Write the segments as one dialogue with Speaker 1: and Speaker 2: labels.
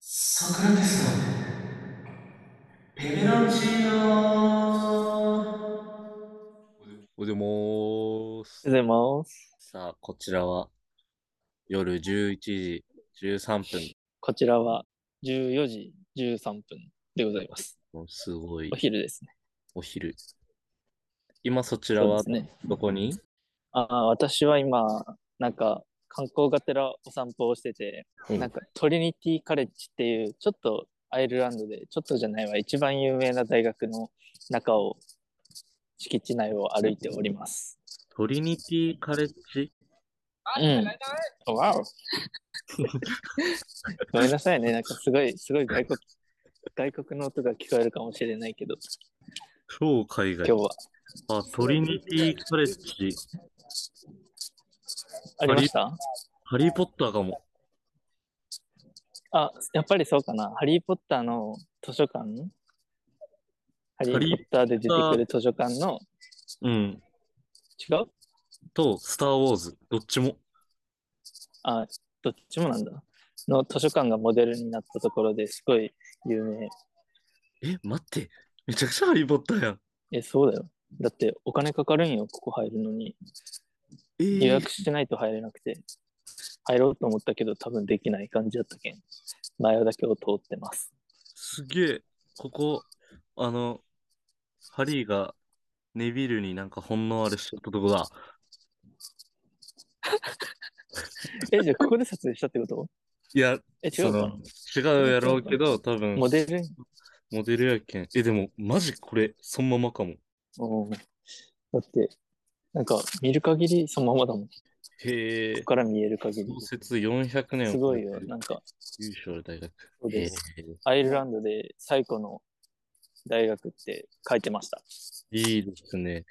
Speaker 1: ソクラテスペペロンチーノ
Speaker 2: おはようございます。
Speaker 3: おはようございます。
Speaker 2: さあ、こちらは夜11時13分
Speaker 3: こちらは14時13分でございます。
Speaker 2: のすごい
Speaker 3: お昼ですね。
Speaker 2: お昼。今そちら
Speaker 3: そう
Speaker 2: は
Speaker 3: ですね。
Speaker 2: どこに
Speaker 3: ああ、私は今、なんか観光がてらお散歩をしてて、
Speaker 2: うん
Speaker 3: なんかトリニティカレッジっていう、ちょっとアイルランドで、ちょっとじゃないわ、一番有名な大学の中を、敷地内を歩いております。
Speaker 2: トリニティカレッジ
Speaker 3: うん。わお ごめんなさいね。なんかすごい、すごい外国、外国の音が聞こえるかもしれないけど、
Speaker 2: 超海外
Speaker 3: 今日は。
Speaker 2: あ。トリニティカレッジ。
Speaker 3: ありました
Speaker 2: ハリー・ポッターかも。
Speaker 3: あ、やっぱりそうかな。ハリー・ポッターの図書館ハリー・
Speaker 2: ハリー
Speaker 3: ポッターで出てくる図書館の、
Speaker 2: うん。
Speaker 3: 違う
Speaker 2: と、スター・ウォーズ。どっちも。
Speaker 3: あ、どっちもなんだ。の図書館がモデルになったところですごい有名。
Speaker 2: え、待って。めちゃくちゃハリー・ポッターやん。
Speaker 3: え、そうだよ。だってお金かかるんよ、ここ入るのに。
Speaker 2: えー
Speaker 3: 予約してないと入れなくて。入ろうと思ったけど多分できない感じだったけん。前だけを通ってます。
Speaker 2: すげえ。ここ、あの、ハリーがネビルになんか本能あれしちゃったとこだ。
Speaker 3: え、じゃあここで撮影したってこと
Speaker 2: いや、
Speaker 3: え、違
Speaker 2: そう
Speaker 3: かな
Speaker 2: の、違うやろうけど、多分、
Speaker 3: モデル
Speaker 2: モデルやけん。え、でも、マジこれ、そのままかも。
Speaker 3: うん。だって、なんか見る限りそのままだもん。こ
Speaker 2: へえ
Speaker 3: こ。から見える限り
Speaker 2: 創。設400年を
Speaker 3: すごい
Speaker 2: 超
Speaker 3: よ
Speaker 2: え。てる
Speaker 3: なんか、
Speaker 2: 優勝大学。
Speaker 3: そう
Speaker 2: へ
Speaker 3: です。アイルランドで最古の大学って書いてました。
Speaker 2: え。いいですね。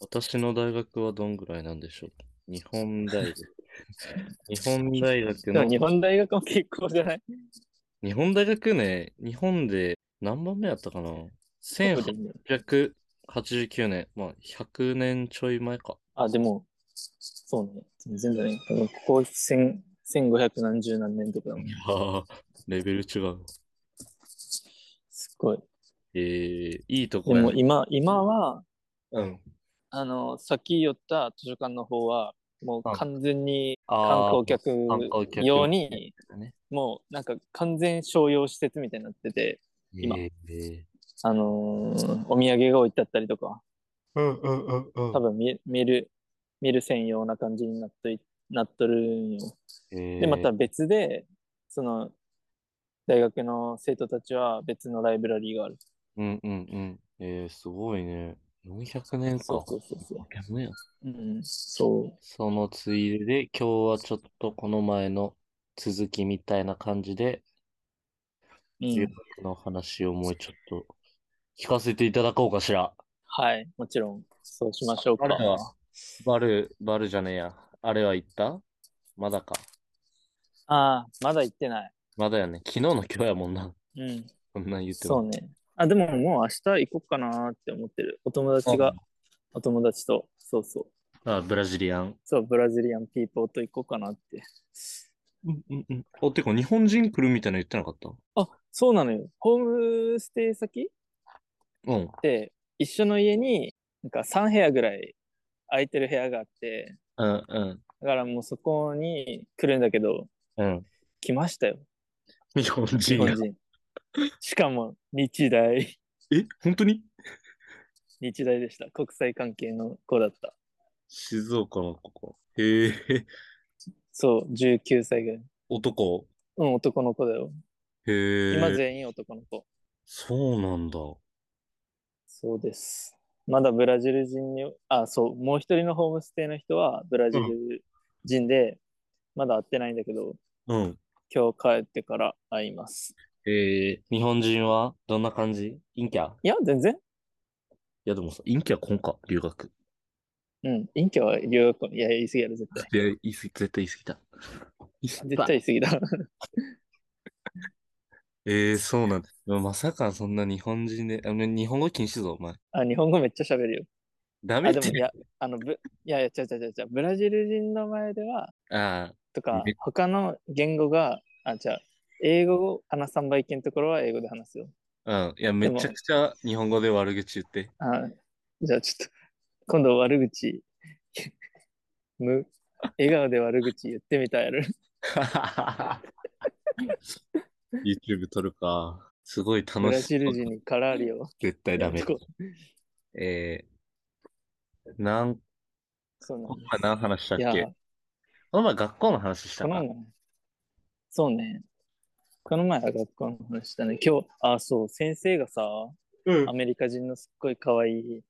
Speaker 2: 私の大学はどんぐらいなんでしょう。日本大 学。日本大学
Speaker 3: でも
Speaker 2: の
Speaker 3: 日、本大学も結構じゃない
Speaker 2: 日本大学ね、日本で何番目やったかな ?1800 889年、まあ、100年ちょい前か。
Speaker 3: あ、でも、そうね。全然だね。多分ここ1000 1500何十何年とかだもん。
Speaker 2: ああ、レベル違う。
Speaker 3: すごい。
Speaker 2: ええいいと
Speaker 3: で
Speaker 2: こや
Speaker 3: も
Speaker 2: ね。
Speaker 3: 今、今は、
Speaker 2: うん。
Speaker 3: あの、さっき言った図書館の方は、もう完全に観
Speaker 2: あ
Speaker 3: 光
Speaker 2: ー
Speaker 3: 客
Speaker 2: 観光客
Speaker 3: 用に
Speaker 2: ね、
Speaker 3: もうなんか完全商用施設みたいになってて、今
Speaker 2: ええ
Speaker 3: あのーお土産が置いてあったりとか、
Speaker 2: うんうんうんう
Speaker 3: 多分見見る、見る専用な感じになっといなっとるんよ。
Speaker 2: ん
Speaker 3: で、また別で、その、大学の生徒たちは別のライブラリーがある。
Speaker 2: うんうんうん。ええすごいね。400年か。
Speaker 3: そうそうそうそ
Speaker 2: 400年
Speaker 3: う。うん、そ
Speaker 2: そのついでで、今日はちょっとこの前の続きみたいな感じで、
Speaker 3: う。う
Speaker 2: 留
Speaker 3: ん、
Speaker 2: 学の話をもうちょっと聞かせていただこうかしら。
Speaker 3: はい、もちろん、そうしましょうか
Speaker 2: あ。れは、バル、バルじゃねえや。あれは行ったまだか。
Speaker 3: ああ、まだ行ってない。
Speaker 2: まだやね。昨日の今日やもんな。
Speaker 3: うん、
Speaker 2: そんなん言って
Speaker 3: そう
Speaker 2: も。
Speaker 3: ね。あ、でももう明日行こうかなーって思ってる。お友達
Speaker 2: あ
Speaker 3: が、お友達と、そうそう。
Speaker 2: あ、ブラジリアン。
Speaker 3: そう、ブラジリアンピーポーと行こうかなって。
Speaker 2: うんうんうん。お、てか、日本人来るみたいなの言ってなかった
Speaker 3: あ、そうなのよ。ホームステイ先
Speaker 2: うん。
Speaker 3: で一緒の家に、なんか3部屋ぐらい空いてる部屋があって、
Speaker 2: うんうん。
Speaker 3: だからもうそこに来るんだけど、
Speaker 2: うん。
Speaker 3: 来ましたよ、
Speaker 2: 日本
Speaker 3: 日
Speaker 2: 人
Speaker 3: 本
Speaker 2: や。
Speaker 3: 人。しかも、日大。
Speaker 2: え、本当に
Speaker 3: 日大でした。国際関係の子だった。
Speaker 2: 静岡のここ。へえ。
Speaker 3: そう、19歳ぐらい。
Speaker 2: 男
Speaker 3: うん、男の子だよ。
Speaker 2: へえ。
Speaker 3: 今全員男の子。
Speaker 2: そうなんだ。
Speaker 3: そうです。まだブラジル人に、あ、そう、もう一人のホームステイの人はブラジル人で、まだ会ってないんだけど、
Speaker 2: うん。
Speaker 3: 今日帰ってから会います。
Speaker 2: へえ。日本人はどんな感じ陰キャい
Speaker 3: いや、全然。
Speaker 2: や、でもさ、陰キャこんか、留学。
Speaker 3: うん、陰キャは留学校いや、言い過ぎやろ、絶対。
Speaker 2: いや、言い過ぎ、絶対言い過ぎた。
Speaker 3: 絶対言い過ぎだ。
Speaker 2: ええそうなんだ。でもまさかそんな日本人で、あの日本語禁止ぞ、お前。
Speaker 3: あ、日本語めっちゃ喋るよ。
Speaker 2: ダメ
Speaker 3: あ、
Speaker 2: っ
Speaker 3: でも、
Speaker 2: て
Speaker 3: い。や、あの、ぶいやいや、ちゃちゃちゃちゃ、ブラジル人の前では、
Speaker 2: ああ、
Speaker 3: とか
Speaker 2: え、
Speaker 3: 他の言語が、あ、じゃあ英語を話さんばいけんところは英語で話すよ。
Speaker 2: うん。いや、めちゃくちゃ日本語で悪口言って。
Speaker 3: あじゃあちょっと、今度悪口、む、笑顔で悪口言ってみたやる。
Speaker 2: YouTube 撮るか。すごい楽しそ
Speaker 3: ブ
Speaker 2: う
Speaker 3: ラジル人にカラーリを。
Speaker 2: 絶対ダメ。えー、なん、
Speaker 3: そうな
Speaker 2: こ
Speaker 3: の
Speaker 2: の前何話したっ
Speaker 3: いや、
Speaker 2: けこの前学校の話した
Speaker 3: この
Speaker 2: な。
Speaker 3: 前、そうね。この前は学校の話だね。今日、あ、そう、先生がさ、
Speaker 2: うん
Speaker 3: アメリカ人のすっごい可愛い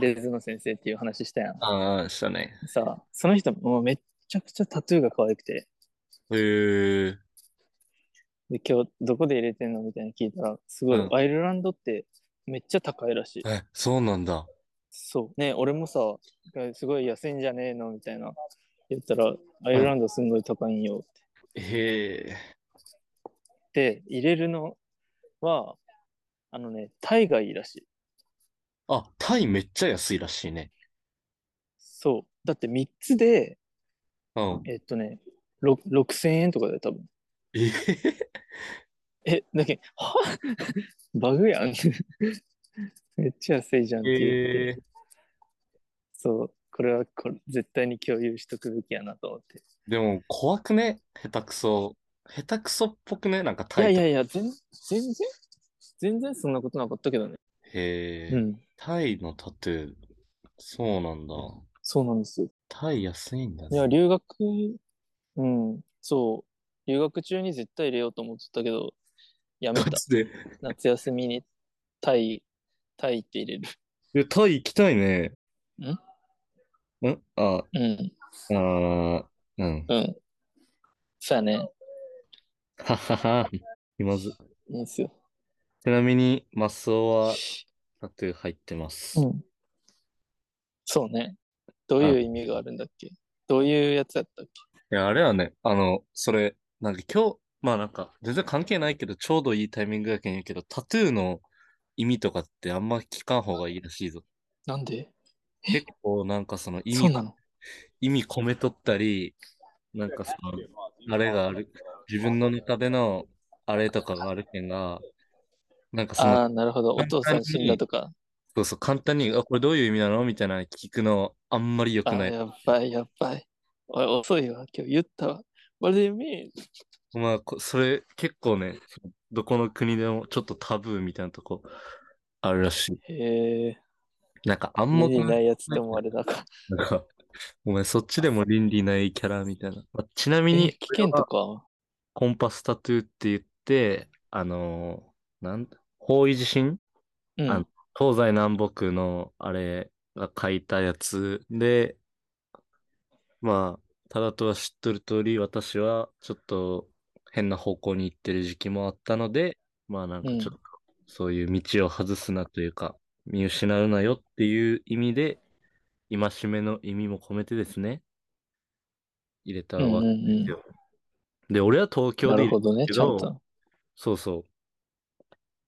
Speaker 3: レズの先生っていう話したやん。
Speaker 2: ああ、したね。
Speaker 3: さ、その人もうめっちゃくちゃタトゥーが可愛くて、
Speaker 2: へえ。
Speaker 3: で今日どこで入れてんのみたいに聞いたら、すごい、
Speaker 2: うん
Speaker 3: アイルランドってめっちゃ高いらしい。
Speaker 2: え、そうなんだ。
Speaker 3: そう。ね俺もさ、すごい安いんじゃねえのみたいな。言ったら、アイルランドすんごい高いんよ。
Speaker 2: へえ。
Speaker 3: で、入れるのは、あのね、タイがいいらしい。
Speaker 2: あ、タイめっちゃ安いらしいね。
Speaker 3: そう。だって3つで、
Speaker 2: うん。
Speaker 3: えっとね、ろ6000円とかだよ、多分。
Speaker 2: えー
Speaker 3: え、だけは バグやん。 めっちゃ安いじゃんって言って、
Speaker 2: へえ。
Speaker 3: そう、これはこれ絶対に共有しとくべきやなと思って。
Speaker 2: でも怖くね下手くそ。下手くそっぽくねなんか
Speaker 3: い
Speaker 2: タイと
Speaker 3: やいやいや、全全然、全然そんなことなかったけどね。
Speaker 2: へえ、
Speaker 3: うん、
Speaker 2: タイのタトゥー、そうなんだ。
Speaker 3: そうなんですよ。
Speaker 2: タイ安いんだ
Speaker 3: いや、
Speaker 2: ね。
Speaker 3: 留学、うん、そう、留学中に絶対入れようと思ってたけど、やめ
Speaker 2: ガ
Speaker 3: た。
Speaker 2: チで。
Speaker 3: 夏休みにタイ、タイって入れる。
Speaker 2: いやタイ行きたいね。んあ、
Speaker 3: うん、
Speaker 2: あー、うん。
Speaker 3: うん。そうやね。
Speaker 2: ははは。今ず。
Speaker 3: いいんですよ。
Speaker 2: ちなみに、マスオはタトゥー入ってます。
Speaker 3: うん。そうね。どういう意味があるんだっけどういうやつだったっ
Speaker 2: いや、あれはね、あの、それ、なんか今日、まあなんか、全然関係ないけど、ちょうどいいタイミングやけん言うけど、タトゥーの意味とかってあんま聞かん方がいいらしいぞ。
Speaker 3: けなんで
Speaker 2: 結構なんかその意
Speaker 3: そう
Speaker 2: 味
Speaker 3: なの
Speaker 2: 意味込めとったり、なんかその、あれがある、自分の中でのあれとかがあるけんが、なんかそ
Speaker 3: あ
Speaker 2: の、
Speaker 3: あー、なるほど。お父さん死んだとか。
Speaker 2: そうそう、簡単に、あ、これどういう意味なのみたいなの聞くの、あんまり良
Speaker 3: あ
Speaker 2: く
Speaker 3: あ
Speaker 2: な
Speaker 3: ー、
Speaker 2: い。
Speaker 3: やばい、やばい。おい、遅いわ。今日言ったわ。What do you mean?
Speaker 2: まあ、こそれ結構ね、どこの国でもちょっとタブーみたいなとこあるらしい。
Speaker 3: へえ、
Speaker 2: なんか暗
Speaker 3: 無
Speaker 2: 黙
Speaker 3: 理
Speaker 2: の
Speaker 3: ないやつでもあれだか。
Speaker 2: なんか、お前そっちでも倫理ないキャラみたいな。まあちなみ
Speaker 3: え
Speaker 2: に
Speaker 3: 危、険とか。
Speaker 2: コンパスタトゥーって言って、あのーなん、方位地震
Speaker 3: う
Speaker 2: あの
Speaker 3: ん。
Speaker 2: 東西南北のあれが書いたやつで、まあ、ただとは知っとる通り、私はちょっと変な方向に行ってる時期もあったので、まあなんかちょっとそういう道を外すなというか、見失うなよっていう意味で、戒めの意味も込めてですね、入れた
Speaker 3: うん
Speaker 2: ら
Speaker 3: う
Speaker 2: わ
Speaker 3: んうん
Speaker 2: よで、俺は東京
Speaker 3: な
Speaker 2: で
Speaker 3: る
Speaker 2: 入
Speaker 3: ほ
Speaker 2: れ
Speaker 3: どね、
Speaker 2: け
Speaker 3: ちゃん
Speaker 2: ど
Speaker 3: と。
Speaker 2: そうそう。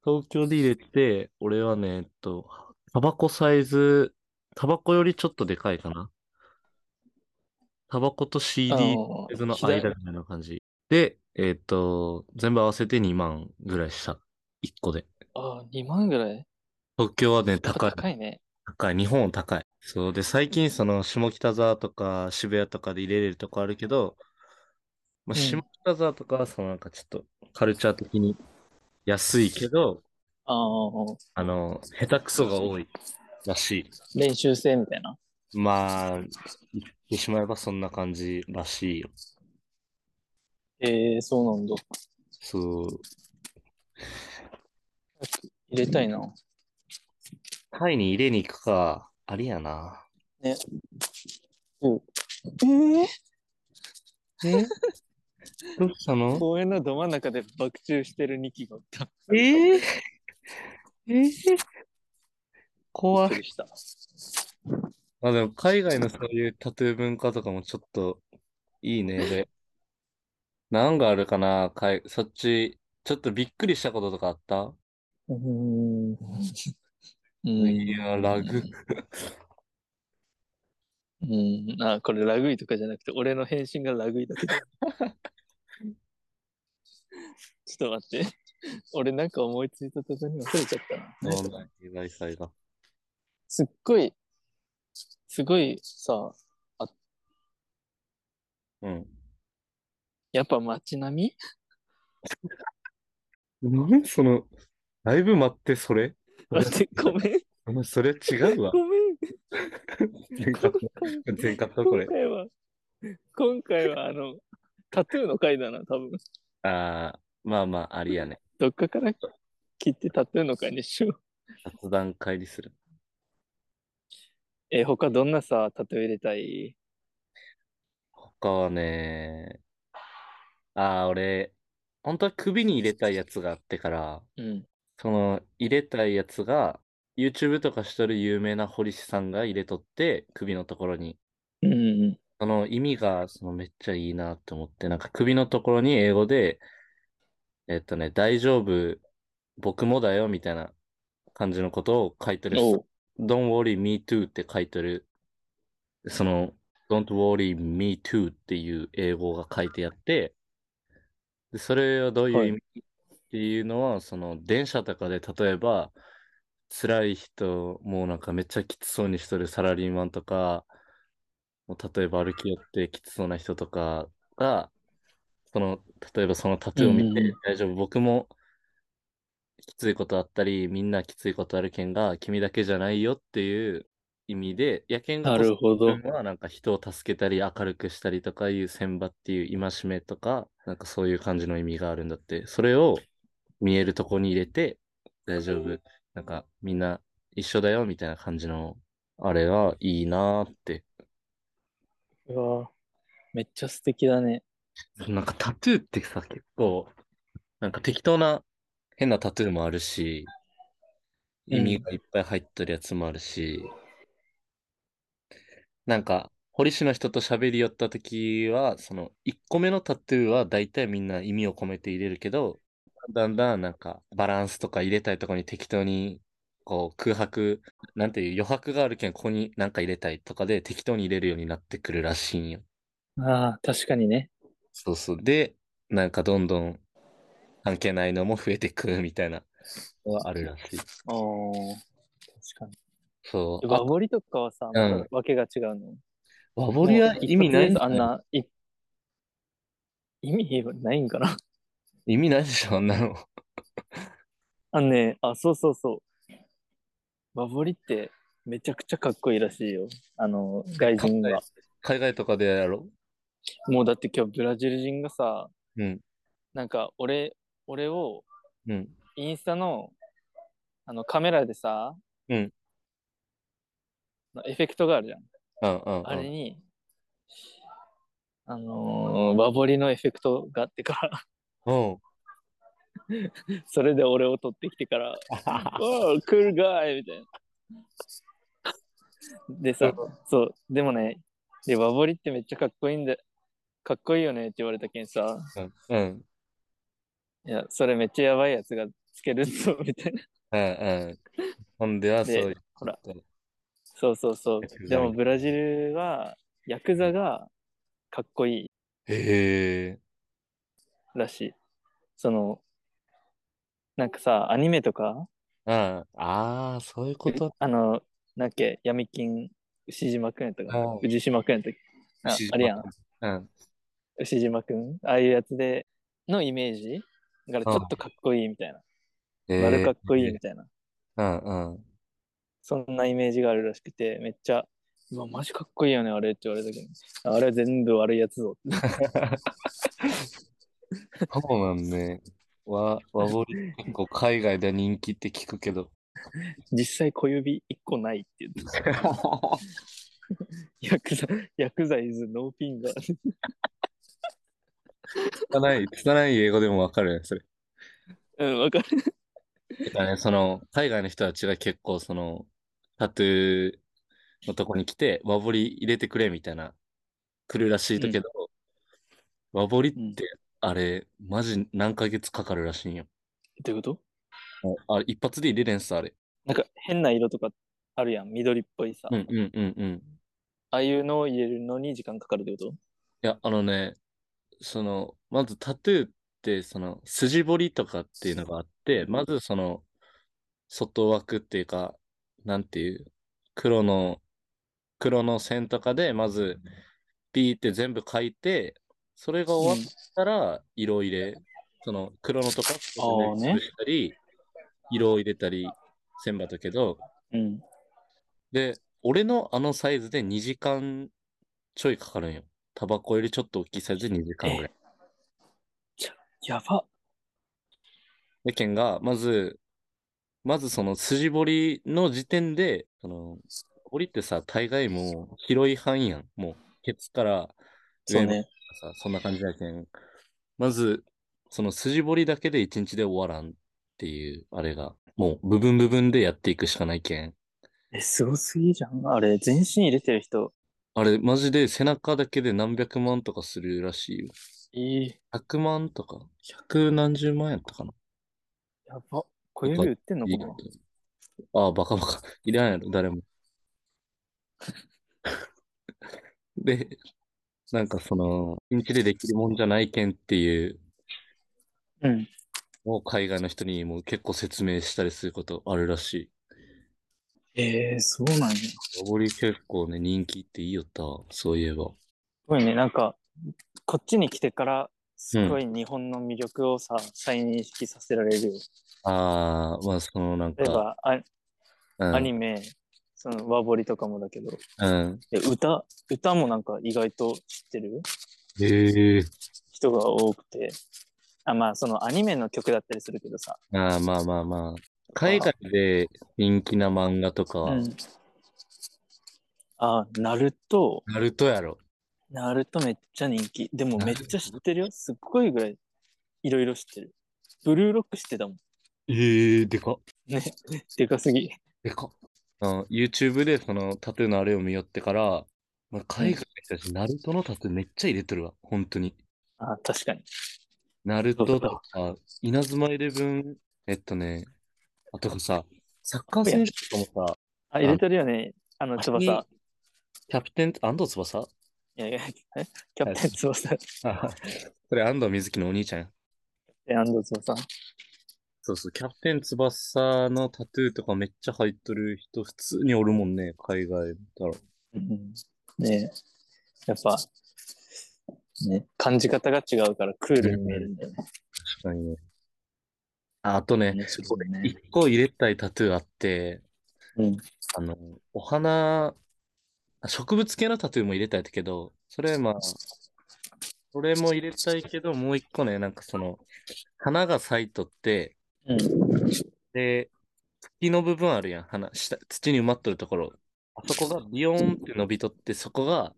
Speaker 2: 東京で入れて、俺はね、えっと、タバコサイズ、タバコよりちょっとでかいかな。タバコと CD
Speaker 3: あ
Speaker 2: サ
Speaker 3: の
Speaker 2: イズの
Speaker 3: 左
Speaker 2: 間みたいな感じ。で、えっと、全部合わせて2万ぐらいした。1個で。
Speaker 3: あー、2万ぐらい
Speaker 2: 東京はね、高い。
Speaker 3: 高いね。
Speaker 2: 高い。日本は高い。そう。で、最近、その、下北沢とか渋谷とかで入れれるとこあるけど、まあ、
Speaker 3: うん
Speaker 2: 下北沢とかは、その、なんかちょっと、カルチャー的に安いけど、
Speaker 3: ああ、
Speaker 2: あの、下手くそが多いらし
Speaker 3: 練習生みたいな。
Speaker 2: い。まあ、言ってしまえばそんな感じらしいよ。
Speaker 3: ええ、そうなんだ。
Speaker 2: そう。
Speaker 3: 入れたいな。
Speaker 2: タイに入れに行くか、ありやな。
Speaker 3: ええ
Speaker 2: えどうしたの
Speaker 3: 公園のど真ん中で爆中してる2機がおった。
Speaker 2: えー、えー、怖い
Speaker 3: びっくりした。
Speaker 2: まあでも海外のそういうタトゥー文化とかもちょっといいね。で、何があるかな海そっち、ちょっとびっくりしたこととかあった
Speaker 3: うーん。うん
Speaker 2: いや、ラグ。
Speaker 3: うん。 あ、これラグいとかじゃなくて、俺の返信がラグいだけど。ちょっと待って。俺なんか思いついた途端に忘れちゃったな。
Speaker 2: 問題、Wi-Fi が。
Speaker 3: すっごい、すごいさ、
Speaker 2: うん。
Speaker 3: やっぱ街並み
Speaker 2: なんその、だいぶ待って、それ
Speaker 3: 待って、ごめん。
Speaker 2: それ違うわ
Speaker 3: ご。めん。
Speaker 2: 全
Speaker 3: 今
Speaker 2: カット、
Speaker 3: 回
Speaker 2: 全カットこ
Speaker 3: 今
Speaker 2: れ。
Speaker 3: 回は、今回はあの、タトゥーの回だな、多分。
Speaker 2: ああ、まあまあ、ありやね。
Speaker 3: どっかから切ってタトゥーの回にしよう。
Speaker 2: 雑談会にする。
Speaker 3: え、他どんなさ、タトゥー入れたい
Speaker 2: 他はね、ああ、俺、本当は首に入れたいやつがあってから、
Speaker 3: うん。
Speaker 2: その、入れたいやつが、YouTube とかしとる有名な堀市さんが入れとって、首のところに。
Speaker 3: うんうん。
Speaker 2: その意味が、そのめっちゃいいなって思って、なんか首のところに英語で、えっとね、大丈夫、僕もだよ、みたいな感じのことを書いてる。
Speaker 3: おう
Speaker 2: Don't worry, me too って書いてる。その、Don't worry, me too っていう英語が書いてあって、でそれはどういう意味っていうのは、その電車とかで例えば、辛い人、もうなんかめっちゃきつそうにしとるサラリーマンとか、もう例えば歩き寄ってきつそうな人とかが、その、例えばそのタトゥーを見
Speaker 3: うん
Speaker 2: て
Speaker 3: うん、
Speaker 2: 大丈夫、僕もきついことあったり、みんなきついことあるけんが、君だけじゃないよっていう意味で、やけんが
Speaker 3: なるほど
Speaker 2: 自。分はなんか人を助けたり、明るくしたりとかいう千場っていう戒めとか、なんかそういう感じの意味があるんだって、それを見えるとこに入れて、大丈夫、なんかみんな一緒だよみたいな感じの、あれはいいなーって。
Speaker 3: うわめっちゃ素敵だね。
Speaker 2: なんかタトゥーってさ、結構、なんか適当な変なタトゥーもあるし、
Speaker 3: うん
Speaker 2: 意味がいっぱい入ってるやつもあるし、なんか、堀市の人と喋り寄った時は、その1個目のタトゥーは大体みんな意味を込めて入れるけど、だんだんなんかバランスとか入れたいとこに適当にこう空白、なんていう余白があるけん、ここになんか入れたいとかで適当に入れるようになってくるらしいんよ。
Speaker 3: ああ、確かにね。
Speaker 2: そうそう。で、なんかどんどん関係ないのも増えてくみたいなのがあるらしい。
Speaker 3: ああ、確かに。
Speaker 2: そう。
Speaker 3: 和
Speaker 2: あ、
Speaker 3: 彫りとかはさ、
Speaker 2: う
Speaker 3: ま
Speaker 2: ん
Speaker 3: だわけが違うの。
Speaker 2: 和彫りは意味ないん
Speaker 3: もう一
Speaker 2: じゃ
Speaker 3: 発であ
Speaker 2: な
Speaker 3: ん
Speaker 2: い
Speaker 3: な、い意味ないんかな。
Speaker 2: 意味ないでしょ、あんなの。
Speaker 3: あのね、あ、そうそうそう。和彫りってめちゃくちゃかっこいいらしいよ。あの、外人が。
Speaker 2: 海外とかでやろ
Speaker 3: もうだって今日ブラジル人がさ、
Speaker 2: うん。
Speaker 3: なんか俺、俺を
Speaker 2: うん。
Speaker 3: インスタのあのカメラでさ、
Speaker 2: うん
Speaker 3: エフェクトがあるじゃん。
Speaker 2: うんうん
Speaker 3: あ
Speaker 2: う
Speaker 3: れ
Speaker 2: ん。
Speaker 3: に、あのー和彫りのエフェクトがあってから、
Speaker 2: うん。
Speaker 3: それで俺を撮ってき てから、おー、クールガイみたいな。でさ、そう、でもね、で、和彫りってめっちゃかっこいいんだ、かっこいいよねって言われたけんさ、
Speaker 2: うん。うん。
Speaker 3: いや、それめっちゃやばいやつがつけるぞ、みたいな。
Speaker 2: うん。ほんでは、そう
Speaker 3: で
Speaker 2: いう。
Speaker 3: ほら。そうそうそう
Speaker 2: ヤクザ。
Speaker 3: でもブラジルは、ヤクザがかっこいい
Speaker 2: へえ。
Speaker 3: らしい。その、なんかさ、アニメとか、
Speaker 2: うん。ああー、そういうこと。
Speaker 3: あの、なんだっけ、闇金、牛島くんやったか
Speaker 2: う
Speaker 3: な、
Speaker 2: ん
Speaker 3: 牛島くんやったっけあ
Speaker 2: 牛島
Speaker 3: あれやん、
Speaker 2: うん。
Speaker 3: 牛島くん。ああいうやつで、のイメージだからちょっとかっこいいみたいな。
Speaker 2: え
Speaker 3: 悪かっこいいみたいな。
Speaker 2: うんうん。
Speaker 3: そんなイメージがあるらしくて、めっちゃ、うわ、マジかっこいいよね、あれって言われたけど、あれは全部悪いやつぞ。
Speaker 2: そうなんね。和、和彫り、結構海外で人気って聞くけど。
Speaker 3: 実際小指一個ないって 言ってヤクザ、ヤクザイズノーピンガー。
Speaker 2: 汚い、汚い英語でもわかるね、それ。
Speaker 3: うん、わかる。
Speaker 2: てかね、その、海外の人たちが結構、その、タトゥーのとこに来て、和彫り入れてくれみたいな、来るらしいんだけど、和彫りって、あれ、マジ何ヶ月かかるらしいんよ。
Speaker 3: どういうこと
Speaker 2: あれ、一発で入れれんす、あれ。
Speaker 3: なんか変な色とかあるやん、緑っぽいさ。
Speaker 2: うんうんうんうん。
Speaker 3: ああいうのを入れるのに時間かかるってこと
Speaker 2: いや、あのね、その、まずタトゥーっって、その、筋彫りとかっていうのがあって、まずその、外枠っていうか、なんていう、黒の、黒の線とかで、まず、ピーって全部書いて、それが終わったら、色入れ、その、黒のとか、
Speaker 3: ああね
Speaker 2: 潰したり、色を入れたり、せんばったけど、
Speaker 3: うん。
Speaker 2: で、俺のあのサイズで2時間ちょいかかるんよ。タバコよりちょっと大きいサイズで2時間ぐらい。
Speaker 3: やば。
Speaker 2: で、ケンが、まず、まずその筋彫りの時点で、その、彫りってさ、大概もう広い範囲やん。もう、ケツから
Speaker 3: そう
Speaker 2: 上まで
Speaker 3: ね。
Speaker 2: さ、そんな感じだけん。まず、その筋彫りだけで1日で終わらんっていう、あれが、もう部分部分でやっていくしかないけん。
Speaker 3: え、すごすぎじゃん。あれ、全身入れてる人。
Speaker 2: あれ、マジで背中だけで何百万とかするらしいよ。
Speaker 3: いい。
Speaker 2: 100万とか、百何十万やったかな。
Speaker 3: やば。小指売ってんのかな
Speaker 2: ああ、バカバカ。 いらんやろ、誰も。で、なんかその、一日でできるもんじゃないけんっていう
Speaker 3: うん。
Speaker 2: のを海外の人にもう結構説明したりすることあるらしい。
Speaker 3: えー、そうなんや。す
Speaker 2: ラボリ結構ね、人気っていいよったわ、そういえば。
Speaker 3: ごいね。なんか、こっちに来てから、すごい日本の魅力をさ、再認識させられるよ。
Speaker 2: ああ、まあそのなん
Speaker 3: 例え
Speaker 2: か、
Speaker 3: ば、あ
Speaker 2: うん、
Speaker 3: アニメ、その、和彫りとかもだけど、
Speaker 2: うん。
Speaker 3: で歌、歌もなんか意外と知ってる
Speaker 2: へえ。
Speaker 3: 人が多くて、あ、まあ、そのアニメの曲だったりするけどさ、
Speaker 2: ああ、まあまあまあ。海外で人気な漫画とか
Speaker 3: う
Speaker 2: は、
Speaker 3: ん。あ、ナルト、
Speaker 2: ナルトやろ。
Speaker 3: ナルトめっちゃ人気。でもめっちゃ知ってるよ。すっごいぐらい、いろいろ知ってる。ブルーロック知ってたもん。
Speaker 2: ええでかっ。
Speaker 3: ね、でかすぎ。
Speaker 2: でかっ。YouTube でそのタトゥーのあれを見よってから、まあ、海外の人たち、ナルトのタトゥーめっちゃ入れてるわ、本当に。
Speaker 3: あ、確かに。
Speaker 2: ナル
Speaker 3: そ
Speaker 2: ト
Speaker 3: うだ
Speaker 2: とか、稲妻イレブン、えっとね、あとさ、サッカー選手とかもさ、
Speaker 3: あ、入れてるよね。あの、翼。い
Speaker 2: あキャプテン、安藤翼
Speaker 3: やいや、え キャプテン翼。
Speaker 2: これ安藤瑞希のお兄ちゃんや。
Speaker 3: え、安藤翼。
Speaker 2: そうそう、キャプテン翼のタトゥーとかめっちゃ入っとる人、普通におるもんね、海外だろ。
Speaker 3: うんねやっぱ、ね、感じ方が違うからクールに見えるんだよね。
Speaker 2: 確かにね。ああとね、
Speaker 3: ねそうだね
Speaker 2: 一個入れたいタトゥーあって、
Speaker 3: うん。
Speaker 2: あの、お花、あ植物系のタトゥーも入れたいけど、それまあ、それも入れたいけど、もう一個ね、なんかその、花が咲いとって、
Speaker 3: うん。
Speaker 2: で、茎の部分あるやん、花、下、土に埋まっとるところ。あそこがビヨーンって伸びとって、そこが、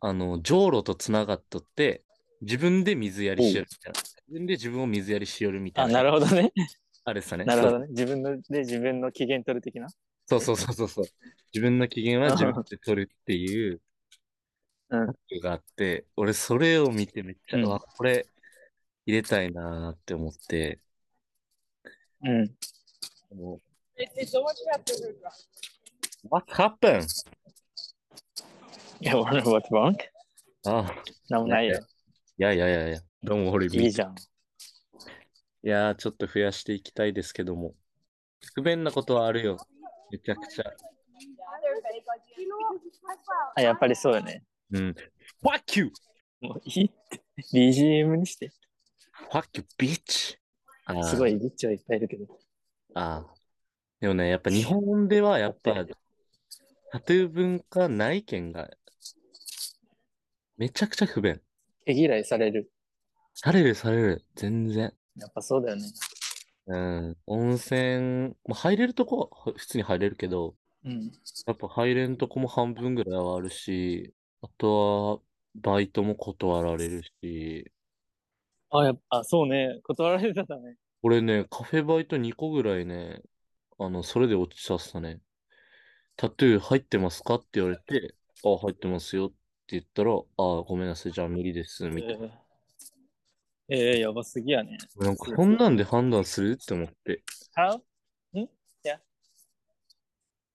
Speaker 2: あの、じょうろとつながっとって、自分で水やりしよるみたいな。自分で自分を水やりしよるみた
Speaker 3: あ、
Speaker 2: いな。
Speaker 3: なるほど ね。
Speaker 2: あれさね。
Speaker 3: なるほどね。自分ので自分の機嫌取る的な。
Speaker 2: そうそうそうそうそう。自分の機嫌は自分で取るっていう
Speaker 3: うん
Speaker 2: タトゥーがあって、俺それを見てめっちゃ、
Speaker 3: うん
Speaker 2: うわこれ入れたいなーって思って、
Speaker 3: うん。
Speaker 2: も
Speaker 4: It's, it's almost about the root right?
Speaker 2: う What happened?
Speaker 3: いや、俺は what's wrong?
Speaker 2: ああ、
Speaker 3: なんもないよ。
Speaker 2: いやいやいやいや、どうも俺、
Speaker 3: いい
Speaker 2: い
Speaker 3: じゃん。
Speaker 2: やーちょっと増やしていきたいですけども、不便なことはあるよ。めちゃくちゃ。
Speaker 4: You know what? As well,
Speaker 3: あ、やっぱりそうよね。
Speaker 2: うん。Fuck you!
Speaker 3: もういいって。BGM にして。
Speaker 2: Fuck you, bitch! あー
Speaker 3: すごいリッチはいっぱいいるけど。
Speaker 2: ああ。でもね、やっぱ日本ではやっぱタトゥー文化ない県がめちゃくちゃ不便。
Speaker 3: 毛嫌いされる。
Speaker 2: されるされる。全然。
Speaker 3: やっぱそうだよね。
Speaker 2: うん。温泉、まあ、入れるとこは普通に入れるけど、
Speaker 3: うん。
Speaker 2: やっぱ入れんとこも半分ぐらいはあるし、あとはバイトも断られるし、
Speaker 3: あ、やっぱ、あ、そうね。断られてたね。
Speaker 2: 俺ね、カフェバイト2個ぐらいね、あの、それで落ちちゃったね。タトゥー入ってますかって言われて、あ、入ってますよって言ったら、あ、ごめんなさい、じゃあ無理です、みたいな。
Speaker 3: えー、えーやばすぎやね。
Speaker 2: なんかこんなんで判断するって思って。
Speaker 3: How?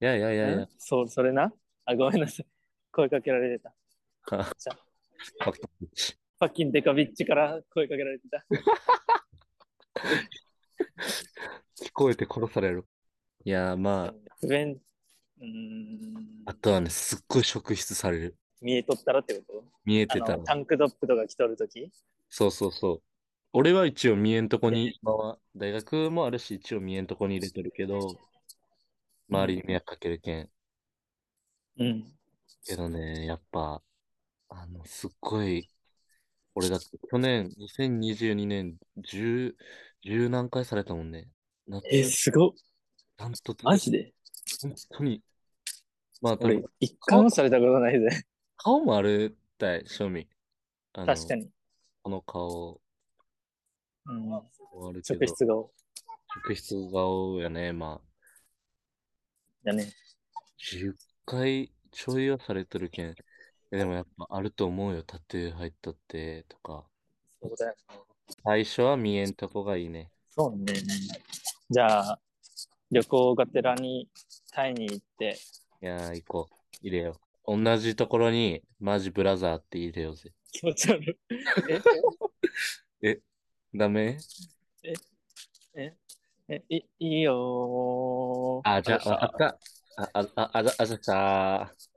Speaker 2: いやいやいやいや
Speaker 3: ん。そう、それな。あ、ごめんなさい。声かけられてた。
Speaker 2: か
Speaker 3: じゃあ
Speaker 2: かっこいい
Speaker 3: ファッキンデカビッチから声かけられてた。
Speaker 2: 聞こえて殺される。いやー、ま
Speaker 3: 不便、うーん
Speaker 2: あ、あ、とはね、すっごい職質される。
Speaker 3: 見えとったらってこ
Speaker 2: 見え
Speaker 3: と
Speaker 2: て
Speaker 3: あ
Speaker 2: た
Speaker 3: の
Speaker 2: ら。
Speaker 3: タンクトップとか着とるとき
Speaker 2: そうそうそう。俺は一応見えんとこに、今は大学もあるし、一応見えんとこに入れてるけど、周りに迷惑かけるけん。
Speaker 3: うん。
Speaker 2: けどね、やっぱ、あの、すっごい、俺だって去年、2022年、10、10何回されたもんね。な
Speaker 3: え、すごっ。
Speaker 2: ダントツ、
Speaker 3: マジで
Speaker 2: 本当に。まあ、多
Speaker 3: 俺
Speaker 2: 分、
Speaker 3: 一回もされたことないぜ。
Speaker 2: 顔もあるたい、正味。あの
Speaker 3: 確かに。
Speaker 2: この顔
Speaker 3: うん、
Speaker 2: もあるけど
Speaker 3: 職、質顔
Speaker 2: 職質顔やね、まあ。
Speaker 3: だね。
Speaker 2: 10回ちょいはされとるけん。えでもやっぱあると思うよ。タトゥー入っとってとか。
Speaker 3: そうだよ
Speaker 2: 最初は見えんとこがいいね。
Speaker 3: そうね。じゃあ、旅行がてらにタイに行って、
Speaker 2: いやー、行こう。入れよう。同じところにマジブラザーって入れようぜ。
Speaker 3: 気持ち悪い。え
Speaker 2: ダメ
Speaker 3: え、いいいよー。
Speaker 2: あ、じゃあ、ああった。あ、あ、あ、あ、あ、あ、じゃあさー。